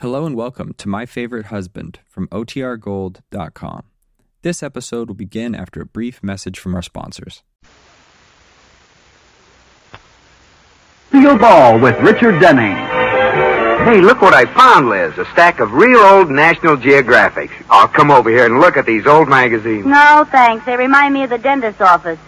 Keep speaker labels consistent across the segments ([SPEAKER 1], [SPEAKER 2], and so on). [SPEAKER 1] Hello and welcome to My Favorite Husband from OTRGold.com. This episode will begin after a brief message from our sponsors.
[SPEAKER 2] Steel Ball with Richard Denning.
[SPEAKER 3] Hey, look what I found, Liz. A stack of real old National Geographics. I'll come over here and look at these old magazines.
[SPEAKER 4] No, thanks. They remind me of the dentist's office.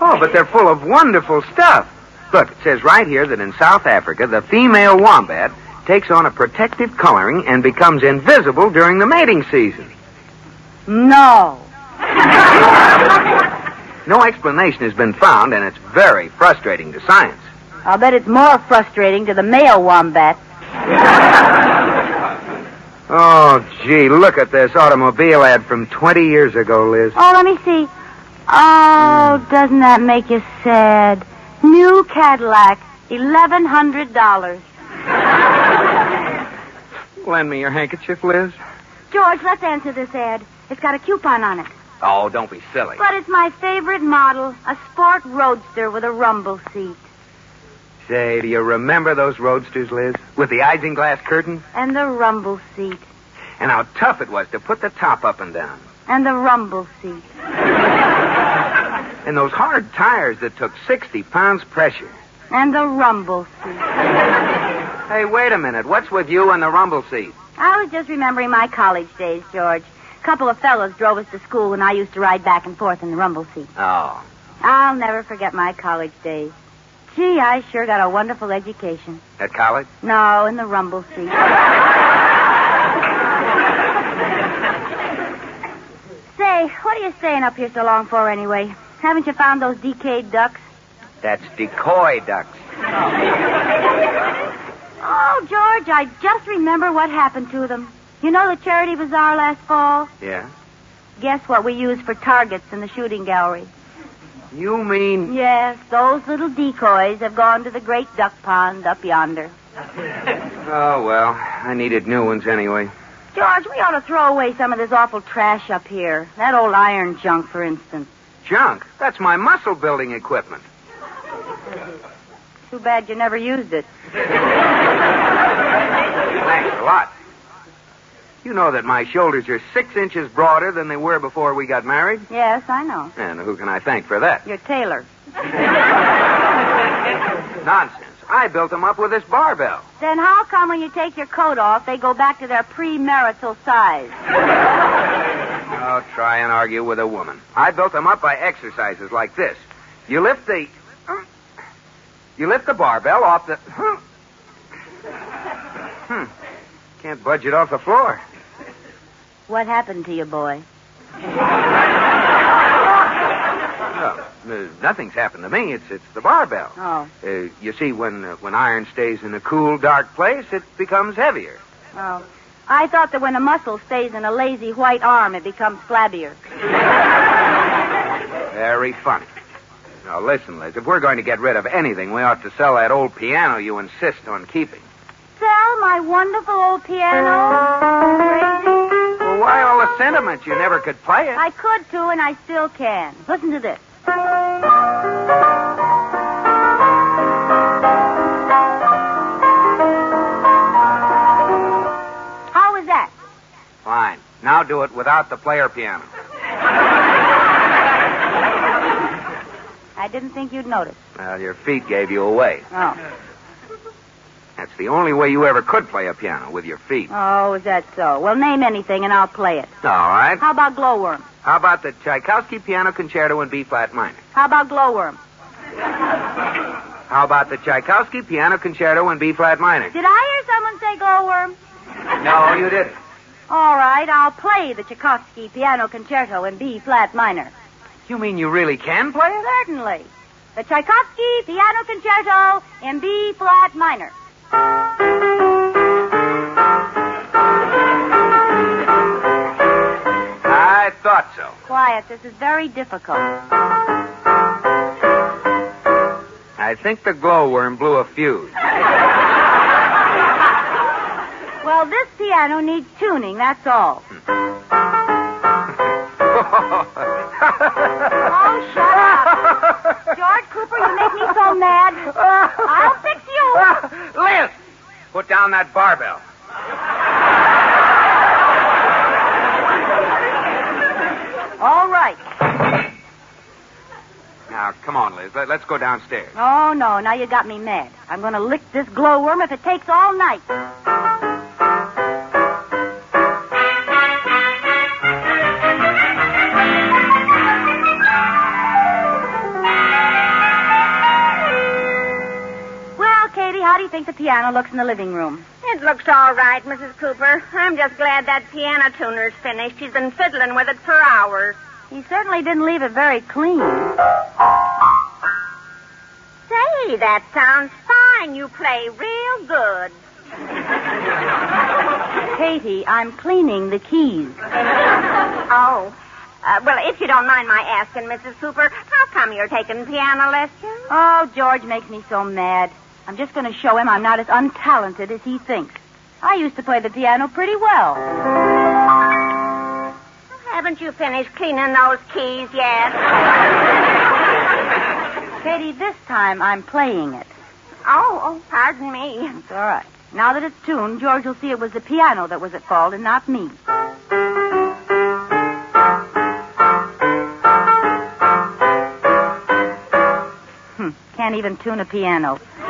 [SPEAKER 3] Oh, but they're full of wonderful stuff. Look, it says right here that in South Africa, the female wombat takes on a protective coloring and becomes invisible during the mating season.
[SPEAKER 4] No.
[SPEAKER 3] No explanation has been found, and it's very frustrating to science.
[SPEAKER 4] I'll bet it's more frustrating to the male wombat.
[SPEAKER 3] Oh, gee, look at this automobile ad from 20 years ago, Liz.
[SPEAKER 4] Oh, let me see. Oh, doesn't that make you sad? New Cadillac, $1,100.
[SPEAKER 3] Lend me your handkerchief, Liz.
[SPEAKER 4] George, let's answer this ad. It's got a coupon on it.
[SPEAKER 3] Oh, don't be silly.
[SPEAKER 4] But it's my favorite model, a sport roadster with a rumble seat.
[SPEAKER 3] Say, do you remember those roadsters, Liz? With the isinglass curtain?
[SPEAKER 4] And the rumble seat.
[SPEAKER 3] And how tough it was to put the top up and down.
[SPEAKER 4] And the rumble seat.
[SPEAKER 3] And those hard tires that took 60 pounds pressure.
[SPEAKER 4] And the rumble seat.
[SPEAKER 3] Hey, wait a minute. What's with you and the rumble seat?
[SPEAKER 4] I was just remembering my college days, George. A couple of fellows drove us to school, and I used to ride back and forth in the rumble seat.
[SPEAKER 3] Oh.
[SPEAKER 4] I'll never forget my college days. Gee, I sure got a wonderful education.
[SPEAKER 3] At college?
[SPEAKER 4] No, in the rumble seat. Say, what are you staying up here so long for anyway? Haven't you found those decayed ducks?
[SPEAKER 3] That's decoy ducks.
[SPEAKER 4] Oh, George, I just remember what happened to them. You know the charity bazaar last fall?
[SPEAKER 3] Yeah?
[SPEAKER 4] Guess what we used for targets in the shooting gallery?
[SPEAKER 3] You mean.
[SPEAKER 4] Yes, those little decoys have gone to the great duck pond up yonder.
[SPEAKER 3] Oh, well. I needed new ones anyway.
[SPEAKER 4] George, we ought to throw away some of this awful trash up here. That old iron junk, for instance.
[SPEAKER 3] Junk? That's my muscle building equipment.
[SPEAKER 4] Too bad you never used it.
[SPEAKER 3] Thanks a lot. You know that my shoulders are six inches broader than they were before we got married?
[SPEAKER 4] Yes, I know.
[SPEAKER 3] And who can I thank for that?
[SPEAKER 4] Your tailor.
[SPEAKER 3] Nonsense. I built them up with this barbell.
[SPEAKER 4] Then how come when you take your coat off, they go back to their premarital size?
[SPEAKER 3] Oh, try and argue with a woman. I built them up by exercises like this. You lift the. You lift the barbell off the. Hmm. Can't budge it off the floor.
[SPEAKER 4] What happened to you, boy?
[SPEAKER 3] No, uh, nothing's happened to me. It's it's the barbell.
[SPEAKER 4] Oh,
[SPEAKER 3] Uh, you see, when uh, when iron stays in a cool, dark place, it becomes heavier.
[SPEAKER 4] oh. I thought that when a muscle stays in a lazy white arm, it becomes flabbier.
[SPEAKER 3] Very funny. Now listen, Liz. If we're going to get rid of anything, we ought to sell that old piano you insist on keeping.
[SPEAKER 4] Sell my wonderful old piano. Crazy.
[SPEAKER 3] Well, why all the sentiment? You never could play it.
[SPEAKER 4] I could too, and I still can. Listen to this. How was that?
[SPEAKER 3] Fine. Now do it without the player piano.
[SPEAKER 4] I didn't think you'd notice.
[SPEAKER 3] Well, your feet gave you away.
[SPEAKER 4] Oh.
[SPEAKER 3] That's the only way you ever could play a piano with your feet.
[SPEAKER 4] Oh, is that so? Well, name anything and I'll play it.
[SPEAKER 3] All right.
[SPEAKER 4] How about glowworm?
[SPEAKER 3] How about the Tchaikovsky Piano Concerto in B flat minor?
[SPEAKER 4] How about glowworm?
[SPEAKER 3] How about the Tchaikovsky Piano Concerto in B flat minor?
[SPEAKER 4] Did I hear someone say glowworm?
[SPEAKER 3] No, you didn't.
[SPEAKER 4] All right, I'll play the Tchaikovsky Piano Concerto in B flat minor.
[SPEAKER 3] You mean you really can play it?
[SPEAKER 4] Certainly. The Tchaikovsky Piano Concerto in B flat minor.
[SPEAKER 3] I thought so.
[SPEAKER 4] Quiet, this is very difficult.
[SPEAKER 3] I think the glowworm blew a fuse.
[SPEAKER 4] Well, this piano needs tuning, that's all. Oh, shut up. George Cooper, you make me so mad. I'll fix you.
[SPEAKER 3] Liz, put down that barbell. Come on, Liz. Let, us go downstairs.
[SPEAKER 4] Oh, no. Now you got me mad. I'm going to lick this glowworm if it takes all night. Well, Katie, how do you think the piano looks in the living room?
[SPEAKER 5] It looks all right, Mrs. Cooper. I'm just glad that piano tuner's finished. She's been fiddling with it for hours.
[SPEAKER 4] He certainly didn't leave it very clean.
[SPEAKER 5] Say, that sounds fine. You play real good.
[SPEAKER 4] Katie, I'm cleaning the keys.
[SPEAKER 5] Oh. Uh, well, if you don't mind my asking, Mrs. Cooper, how come you're taking piano lessons?
[SPEAKER 4] Oh, George makes me so mad. I'm just going to show him I'm not as untalented as he thinks. I used to play the piano pretty well.
[SPEAKER 5] Haven't you finished cleaning those keys yet?
[SPEAKER 4] Katie, this time I'm playing it.
[SPEAKER 5] Oh, oh, pardon me.
[SPEAKER 4] It's all right. Now that it's tuned, George will see it was the piano that was at fault and not me. Hmm, can't even tune a piano. oh,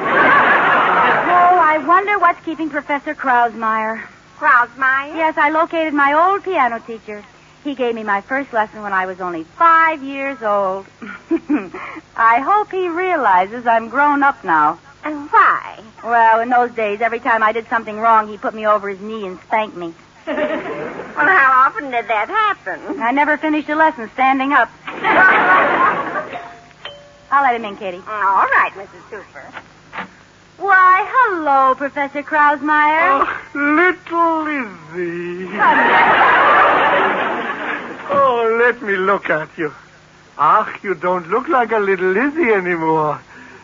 [SPEAKER 4] I wonder what's keeping Professor Krausmeyer.
[SPEAKER 5] Krausmeyer?
[SPEAKER 4] Yes, I located my old piano teacher. He gave me my first lesson when I was only five years old. I hope he realizes I'm grown up now.
[SPEAKER 5] And why?
[SPEAKER 4] Well, in those days, every time I did something wrong, he put me over his knee and spanked me.
[SPEAKER 5] Well, how often did that happen?
[SPEAKER 4] I never finished a lesson standing up. I'll let him in, Katie.
[SPEAKER 5] All right, Mrs. Cooper.
[SPEAKER 4] Why, hello, Professor
[SPEAKER 5] Oh,
[SPEAKER 4] Krausmeyer.
[SPEAKER 6] Little Lizzie. oh, let me look at you. Ach, you don't look like a little Lizzie anymore.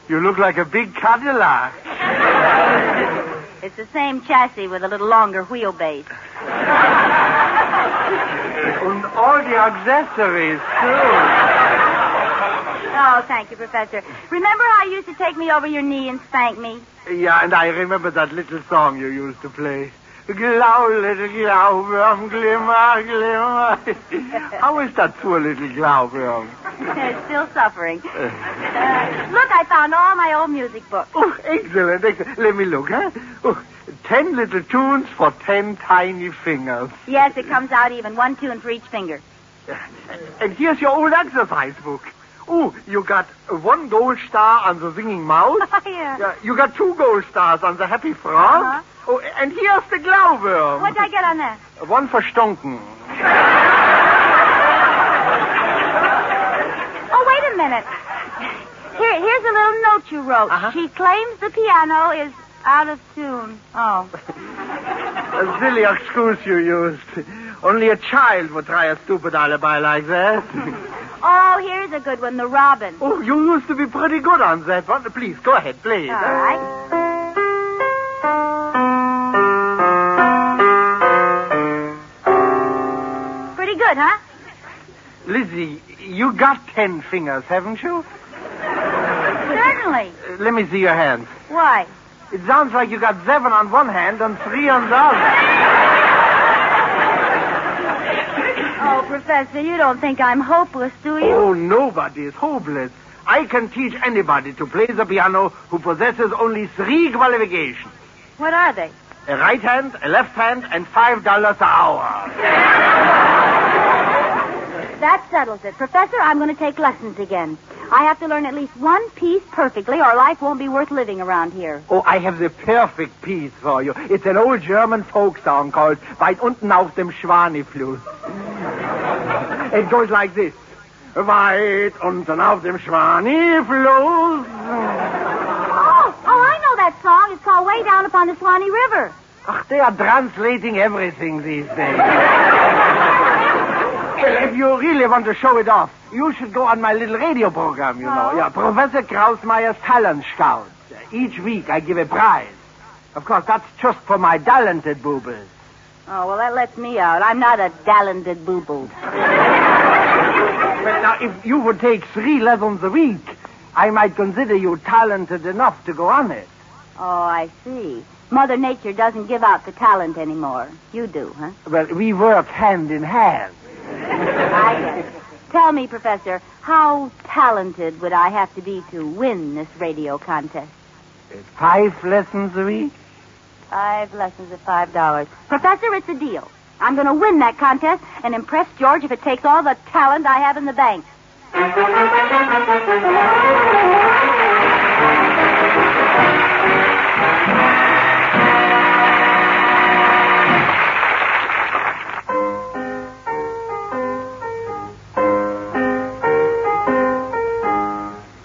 [SPEAKER 6] You look like a big Cadillac.
[SPEAKER 4] It's the same chassis with a little longer wheelbase.
[SPEAKER 6] And all the accessories, too.
[SPEAKER 4] Oh, thank you, Professor. Remember how you used to take me over your knee and spank me?
[SPEAKER 6] Yeah, and I remember that little song you used to play. Glau, little Glaubwurm, glimmer, glimmer. How is that poor little Glaubwurm?
[SPEAKER 4] They're still suffering. Uh, look, I found all my old music books.
[SPEAKER 6] Oh, excellent, excellent. Let me look, huh? Oh, ten little tunes for ten tiny fingers.
[SPEAKER 4] Yes, it comes out even, one tune for each finger.
[SPEAKER 6] And here's your old exercise book. Oh, you got one gold star on the singing mouse.
[SPEAKER 4] Oh, yeah.
[SPEAKER 6] Yeah, you got two gold stars on the happy frog.
[SPEAKER 4] Uh-huh.
[SPEAKER 6] Oh, and here's the Glaubwurm.
[SPEAKER 4] What did I get on that?
[SPEAKER 6] One for Stonken.
[SPEAKER 4] Oh, wait a minute. Here, here's a little note you wrote.
[SPEAKER 6] Uh-huh.
[SPEAKER 4] She claims the piano is out of tune. Oh.
[SPEAKER 6] A silly excuse you used. Only a child would try a stupid alibi like that.
[SPEAKER 4] Oh, here's a good one, the robin.
[SPEAKER 6] oh, you used to be pretty good on that one. Please, go ahead, please.
[SPEAKER 4] All right. Pretty good, huh?
[SPEAKER 6] Lizzie, you got ten fingers, haven't you?
[SPEAKER 4] Certainly.
[SPEAKER 6] Uh, let me see your hands.
[SPEAKER 4] Why?
[SPEAKER 6] It sounds like you got seven on one hand and three on the other.
[SPEAKER 4] Oh, Professor, you don't think I'm hopeless, do you?
[SPEAKER 6] Oh, nobody is hopeless. I can teach anybody to play the piano who possesses only three qualifications.
[SPEAKER 4] What are they?
[SPEAKER 6] A right hand, a left hand, and five dollars an hour.
[SPEAKER 4] That settles it. Professor, I'm going to take lessons again. I have to learn at least one piece perfectly, or life won't be worth living around here.
[SPEAKER 6] Oh, I have the perfect piece for you. It's an old German folk song called Weit unten auf dem Schwanifluss. It goes like this. Weit unten auf dem Schwanifluss.
[SPEAKER 4] Oh, oh, I know that song. It's called Way Down Upon the Swanee River.
[SPEAKER 6] Ach, they are translating everything these days. well, if you really want to show it off, you should go on my little radio program, you know. Yeah, Professor Krausmeyer's Talent Scout. Each week I give a prize. Of course, that's just for my talented boobles.
[SPEAKER 4] Oh, well, that lets me out. I'm not a talented boo-boo.
[SPEAKER 6] But now, if you would take three lessons a week, I might consider you talented enough to go on it.
[SPEAKER 4] Oh, I see. Mother Nature doesn't give out the talent anymore. You do, huh?
[SPEAKER 6] Well, we work hand in hand.
[SPEAKER 4] I guess. Tell me, Professor, how talented would I have to be to win this radio contest?
[SPEAKER 6] Five lessons a week?
[SPEAKER 4] Five lessons at five dollars. Professor, it's a deal. I'm going to win that contest and impress George if it takes all the talent I have in the bank.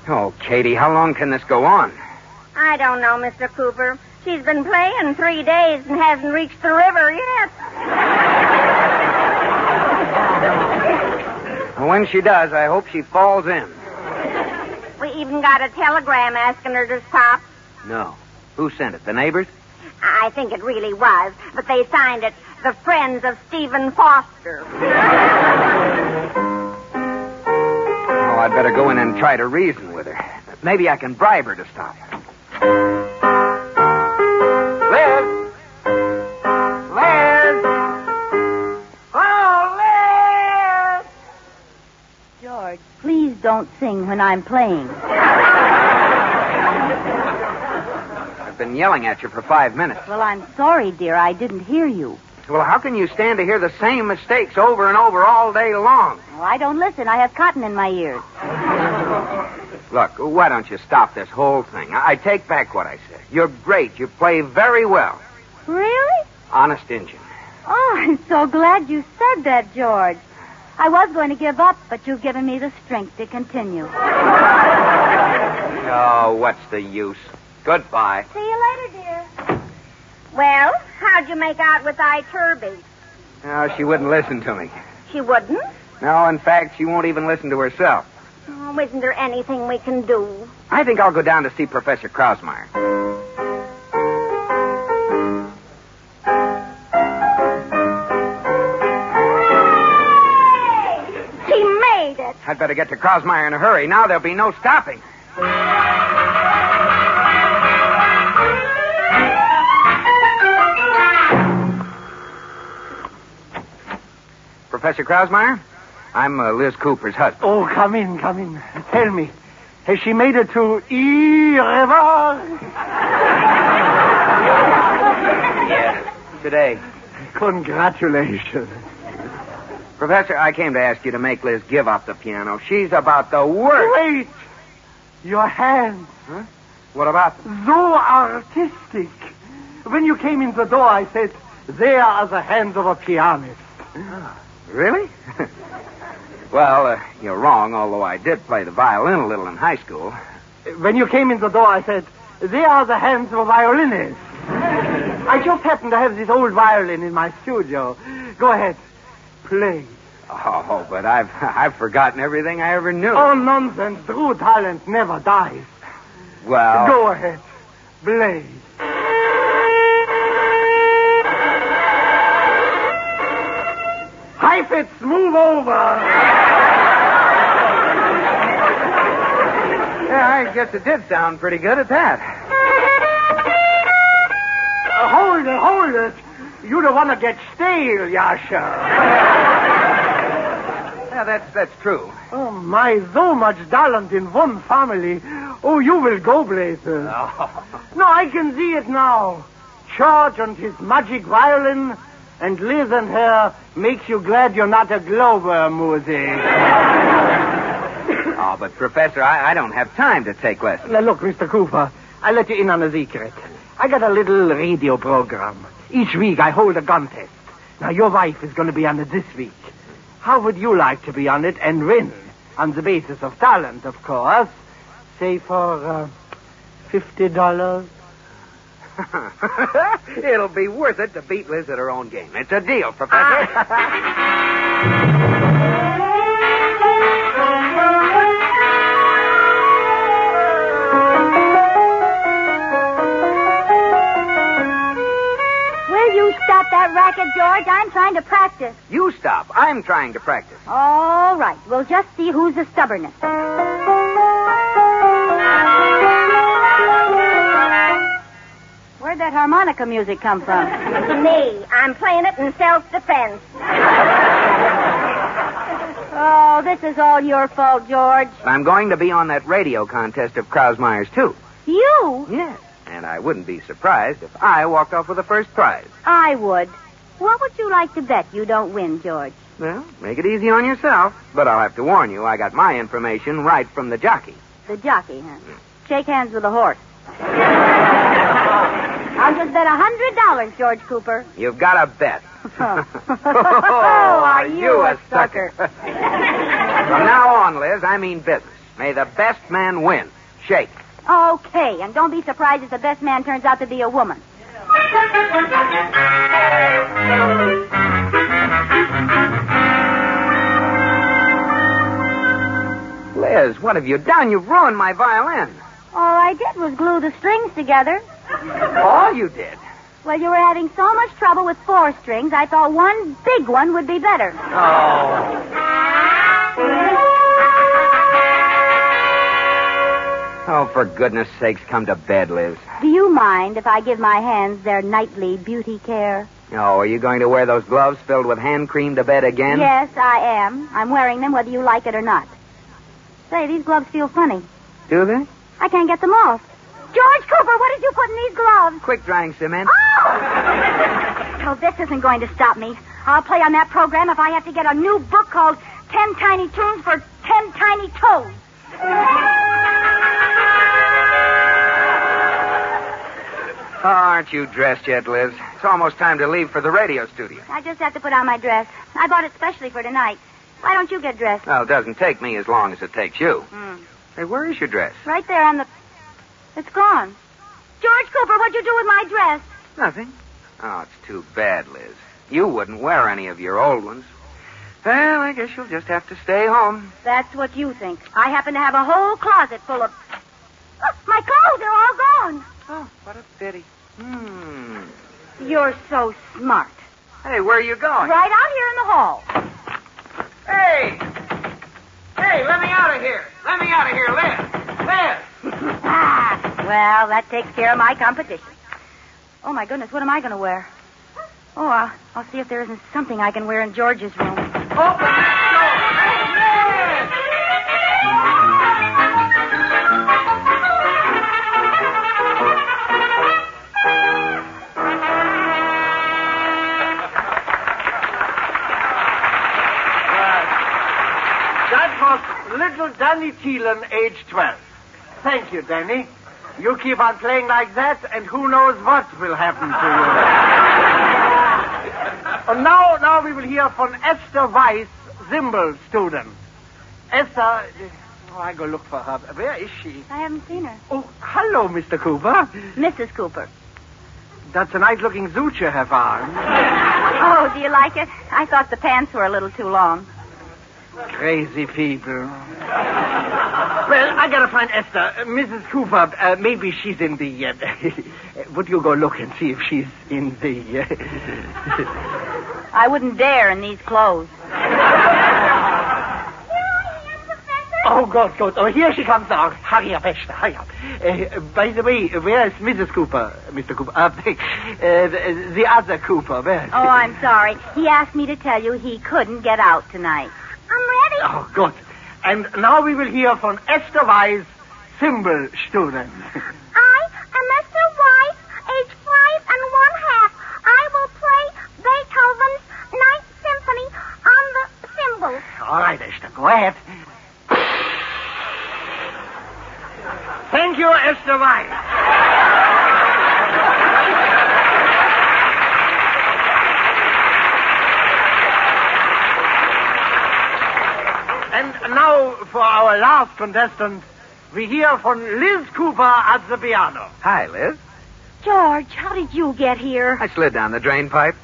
[SPEAKER 3] Oh, Katie, how long can this go on?
[SPEAKER 5] I don't know, Mr. Cooper. She's been playing three days and hasn't reached the river yet.
[SPEAKER 3] When she does, I hope she falls in.
[SPEAKER 5] We even got a telegram asking her to stop.
[SPEAKER 3] No. Who sent it? The neighbors?
[SPEAKER 5] I think it really was, but they signed it the Friends of Stephen Foster.
[SPEAKER 3] Oh, I'd better go in and try to reason with her. Maybe I can bribe her to stop. Liz! Liz! Oh, Liz!
[SPEAKER 4] George, please don't sing when I'm playing.
[SPEAKER 3] I've been yelling at you for five minutes.
[SPEAKER 4] Well, I'm sorry, dear. I didn't hear you.
[SPEAKER 3] Well, how can you stand to hear the same mistakes over and over all day long?
[SPEAKER 4] Well, I don't listen. I have cotton in my ears.
[SPEAKER 3] Look, why don't you stop this whole thing? I, I take back what I said. You're great. You play very well.
[SPEAKER 4] Really?
[SPEAKER 3] Honest Injun.
[SPEAKER 4] Oh, I'm so glad you said that, George. I was going to give up, but you've given me the strength to continue.
[SPEAKER 3] Oh, what's the use? Goodbye.
[SPEAKER 5] See you later, dear. Well, how'd you make out with I Turby?
[SPEAKER 3] No, she wouldn't listen to me.
[SPEAKER 5] She wouldn't.
[SPEAKER 3] No, in fact, she won't even listen to herself.
[SPEAKER 5] Oh, isn't there anything we can do?
[SPEAKER 3] I think I'll go down to see Professor Krausmeyer.
[SPEAKER 5] She made it.
[SPEAKER 3] I'd better get to Krausmeyer in a hurry. Now there'll be no stopping. Professor Krausmeyer, I'm uh, Liz Cooper's husband.
[SPEAKER 6] Oh, come in, come in. Tell me, has she made it to Irevar?
[SPEAKER 3] Today.
[SPEAKER 6] Congratulations.
[SPEAKER 3] Professor, I came to ask you to make Liz give up the piano. She's about the worst.
[SPEAKER 6] Wait! Your hands,
[SPEAKER 3] What about them?
[SPEAKER 6] so artistic. When you came in the door, I said, there are the hands of a pianist.
[SPEAKER 3] Really? well, uh, you're wrong, although I did play the violin a little in high school.
[SPEAKER 6] When you came in the door, I said, there are the hands of a violinist. I just happen to have this old violin in my studio. Go ahead, play.
[SPEAKER 3] Oh, but I've I've forgotten everything I ever knew.
[SPEAKER 6] Oh, nonsense. True talent never dies.
[SPEAKER 3] well,
[SPEAKER 6] Go ahead, play. Heifetz, move over.
[SPEAKER 3] yeah, I guess it did sound pretty good at that.
[SPEAKER 6] Uh, hold it, hold it. You don't want to get stale, Yasha.
[SPEAKER 3] Yeah, that's that's true.
[SPEAKER 6] Oh, my, so much talent in one family. Oh, you will go places. No, I can see it now. George and his magic violin, and Liz and her makes you glad you're not a Glover music.
[SPEAKER 3] Oh, but Professor, I, I don't have time to take lessons.
[SPEAKER 6] now, look, Mr. Cooper, I let you in on a secret. I got a little radio program. Each week I hold a contest. Now, your wife is going to be on it this week. How would you like to be on it and win? On the basis of talent, of course. Say for uh, $50.
[SPEAKER 3] It'll be worth it to beat Liz at her own game. It's a deal, Professor.
[SPEAKER 4] Will you stop that racket, George? I'm trying to practice.
[SPEAKER 3] you stop. I'm trying to practice.
[SPEAKER 4] All right. We'll just see who's the stubbornest. Where'd that harmonica music come from?
[SPEAKER 5] Me. I'm playing it in self defense.
[SPEAKER 4] Oh, this is all your fault, George.
[SPEAKER 3] I'm going to be on that radio contest of Krausmeyer's, too.
[SPEAKER 4] You?
[SPEAKER 3] Yes. And I wouldn't be surprised if I walked off with the first prize.
[SPEAKER 4] I would. What would you like to bet you don't win, George?
[SPEAKER 3] Well, make it easy on yourself. But I'll have to warn you, I got my information right from the jockey.
[SPEAKER 4] The jockey, huh? Shake hands with the horse. I'll just bet a hundred dollars, George Cooper.
[SPEAKER 3] You've got a bet.
[SPEAKER 4] Oh. Are you a sucker?
[SPEAKER 3] from now on, Liz, I mean business. May the best man win. Shake.
[SPEAKER 4] Okay, and don't be surprised if the best man turns out to be a woman.
[SPEAKER 3] Liz, what have you done? You've ruined my violin.
[SPEAKER 4] All I did was glue the strings together.
[SPEAKER 3] All Oh, you did.
[SPEAKER 4] Well, you were having so much trouble with four strings, I thought one big one would be better.
[SPEAKER 3] Oh. Oh, for goodness sakes, come to bed, Liz.
[SPEAKER 4] Do you mind if I give my hands their nightly beauty care?
[SPEAKER 3] Oh, are you going to wear those gloves filled with hand cream to bed again?
[SPEAKER 4] Yes, I am. I'm wearing them whether you like it or not. Say, these gloves feel funny.
[SPEAKER 3] Do they?
[SPEAKER 4] I can't get them off. George Cooper, what did you put in these gloves?
[SPEAKER 3] Quick drying cement.
[SPEAKER 4] Oh! oh, this isn't going to stop me. I'll play on that program if I have to get a new book called Ten Tiny Tunes for Ten Tiny Toes.
[SPEAKER 3] Oh,
[SPEAKER 4] Uh-huh.
[SPEAKER 3] aren't you dressed yet, Liz? It's almost time to leave for the radio studio.
[SPEAKER 4] I just have to put on my dress. I bought it specially for tonight. Why don't you get dressed?
[SPEAKER 3] Well, it doesn't take me as long as it takes you.
[SPEAKER 4] Hmm.
[SPEAKER 3] Hey, where is your dress?
[SPEAKER 4] Right there on the. It's gone. George Cooper, what'd you do with my dress?
[SPEAKER 3] Nothing. Oh, it's too bad, Liz. You wouldn't wear any of your old ones. Well, I guess you'll just have to stay home.
[SPEAKER 4] That's what you think. I happen to have a whole closet full of. Oh, my clothes are all gone.
[SPEAKER 3] Oh, what a pity. Hmm.
[SPEAKER 4] You're so smart.
[SPEAKER 3] Hey, where are you going?
[SPEAKER 4] Right out here in the hall.
[SPEAKER 3] Hey! Hey, let me out of here! Let me out of here, Liz! Liz!
[SPEAKER 4] Ah, well, that takes care of my competition. Oh, my goodness, what am I going to wear? Oh, I'll, I'll see if there isn't something I can wear in George's room.
[SPEAKER 3] Open that door! Hey, Liz!
[SPEAKER 6] That was little Danny Thielen, age 12. Thank you, Danny. You keep on playing like that, and who knows what will happen to you. and now, now we will hear from Esther Weiss, Zimbel student. Esther, oh, I go look for her. Where is she?
[SPEAKER 4] I haven't seen her.
[SPEAKER 6] Oh, hello, Mr. Cooper.
[SPEAKER 4] Mrs. Cooper.
[SPEAKER 6] That's a nice-looking suit you have on.
[SPEAKER 4] Oh, do you like it? I thought the pants were a little too long.
[SPEAKER 6] Crazy people. Well, I gotta find Esther. Uh, Mrs. Cooper, uh, maybe she's in the. Uh, would you go look and see if she's in the. Uh...
[SPEAKER 4] I wouldn't dare in these clothes.
[SPEAKER 6] oh, God, God. Oh, here she comes now. Hurry up, Esther. Hurry up. Uh, by the way, where is Mrs. Cooper? Mr. Cooper. Uh, uh, the, the other Cooper. Where?
[SPEAKER 4] Oh, I'm sorry. He asked me to tell you he couldn't get out tonight.
[SPEAKER 5] I'm ready.
[SPEAKER 6] Oh, good. And now we will hear from Esther Weiss, symbol student.
[SPEAKER 5] I am Esther Wise, age five and one half. I will play Beethoven's Ninth Symphony on the cymbal.
[SPEAKER 6] All right, Esther, go ahead. Thank you, Esther Weiss. And now for our last contestant, we hear from Liz Cooper at the piano.
[SPEAKER 3] Hi, Liz.
[SPEAKER 4] George, how did you get here?
[SPEAKER 3] I slid down the drain pipe.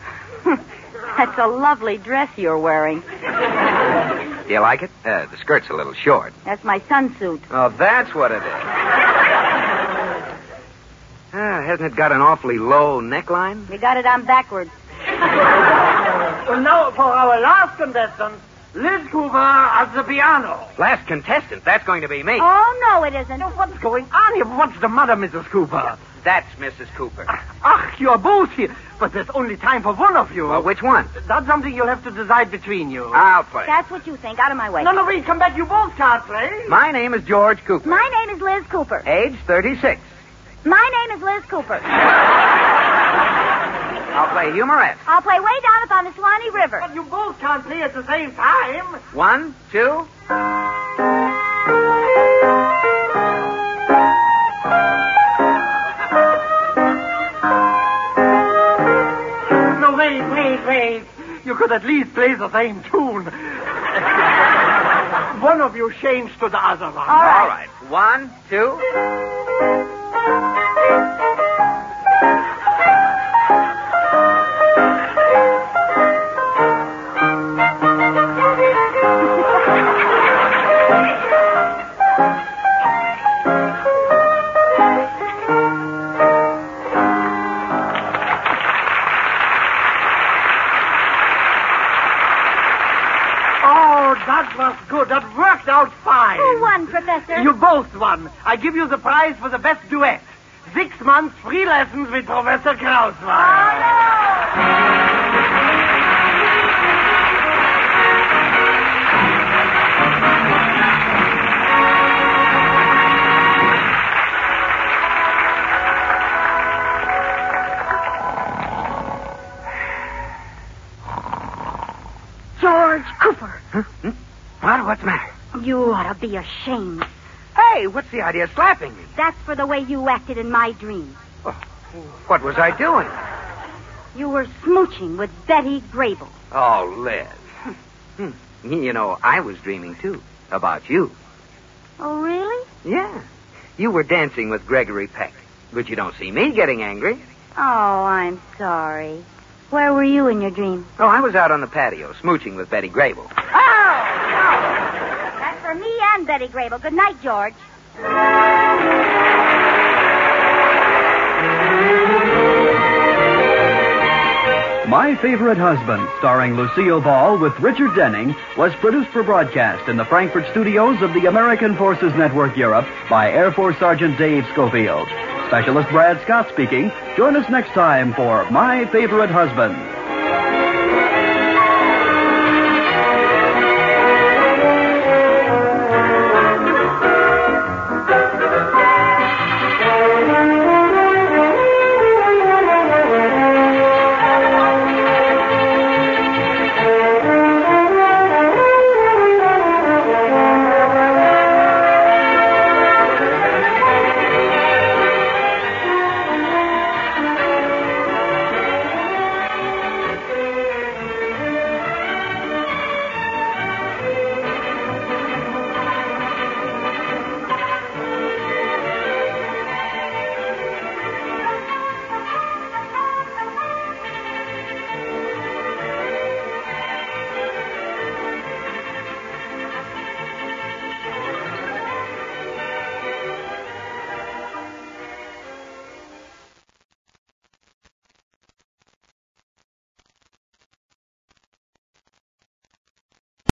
[SPEAKER 4] That's a lovely dress you're wearing.
[SPEAKER 3] Do you like it? Uh, the skirt's a little short.
[SPEAKER 4] That's my sunsuit.
[SPEAKER 3] Oh, that's what it is. Ah, hasn't it got an awfully low neckline?
[SPEAKER 4] You got it on backwards.
[SPEAKER 6] And now for our last contestant, Liz Cooper at the piano.
[SPEAKER 3] Last contestant, that's going to be me.
[SPEAKER 4] Oh, no, it isn't.
[SPEAKER 6] What's going on here? What's the matter, Mrs. Cooper?
[SPEAKER 3] That's Mrs. Cooper.
[SPEAKER 6] Ach, you are both here, but there's only time for one of you.
[SPEAKER 3] Well, which one? Ah.
[SPEAKER 6] That's something you'll have to decide between you.
[SPEAKER 3] I'll play.
[SPEAKER 4] That's what you think. Out of my way.
[SPEAKER 6] no, no, wait, come back. You both can't play.
[SPEAKER 3] My name is George Cooper.
[SPEAKER 4] My name is Liz Cooper.
[SPEAKER 3] Age 36.
[SPEAKER 4] My name is Liz Cooper.
[SPEAKER 3] I'll play Humorette.
[SPEAKER 4] I'll play way down upon the Suwannee River.
[SPEAKER 6] But you both can't play at the same time.
[SPEAKER 3] One, two.
[SPEAKER 6] No, wait, wait, wait. You could at least play the same tune. one of you change to the other one.
[SPEAKER 4] All right.
[SPEAKER 3] All right. One, two.
[SPEAKER 6] Oh, that was good. That worked out fine.
[SPEAKER 3] Oh,
[SPEAKER 4] Who won, Professor?
[SPEAKER 6] You both won. I give you the prize for the best duet. Six months free lessons with Professor Krausweiler.
[SPEAKER 5] George Cooper,
[SPEAKER 3] Hmm? What? What's the matter?
[SPEAKER 5] you ought to be ashamed.
[SPEAKER 3] Hey, what's the idea of slapping me? Oh,
[SPEAKER 5] That's for the way you acted in my dream.
[SPEAKER 3] What was I doing?
[SPEAKER 5] You were smooching with Betty Grable.
[SPEAKER 3] Oh, Liz. Hmm. You know, I was dreaming, too, about you.
[SPEAKER 5] Oh, really?
[SPEAKER 3] Yeah. You were dancing with Gregory Peck, but you don't see me getting angry.
[SPEAKER 4] Oh, I'm sorry. Where were you in your dream?
[SPEAKER 3] Oh, I was out on the patio smooching with Betty Grable.
[SPEAKER 4] Oh, no. That's for me and Betty Grable. Good night, George.
[SPEAKER 2] My Favorite Husband, starring Lucille Ball with Richard Denning, was produced for broadcast in the Frankfurt studios of the American Forces Network Europe by Air Force Sergeant Dave
[SPEAKER 3] Ah,
[SPEAKER 2] Schofield. Specialist Brad Scott speaking. Join us next time for My Favorite Husband.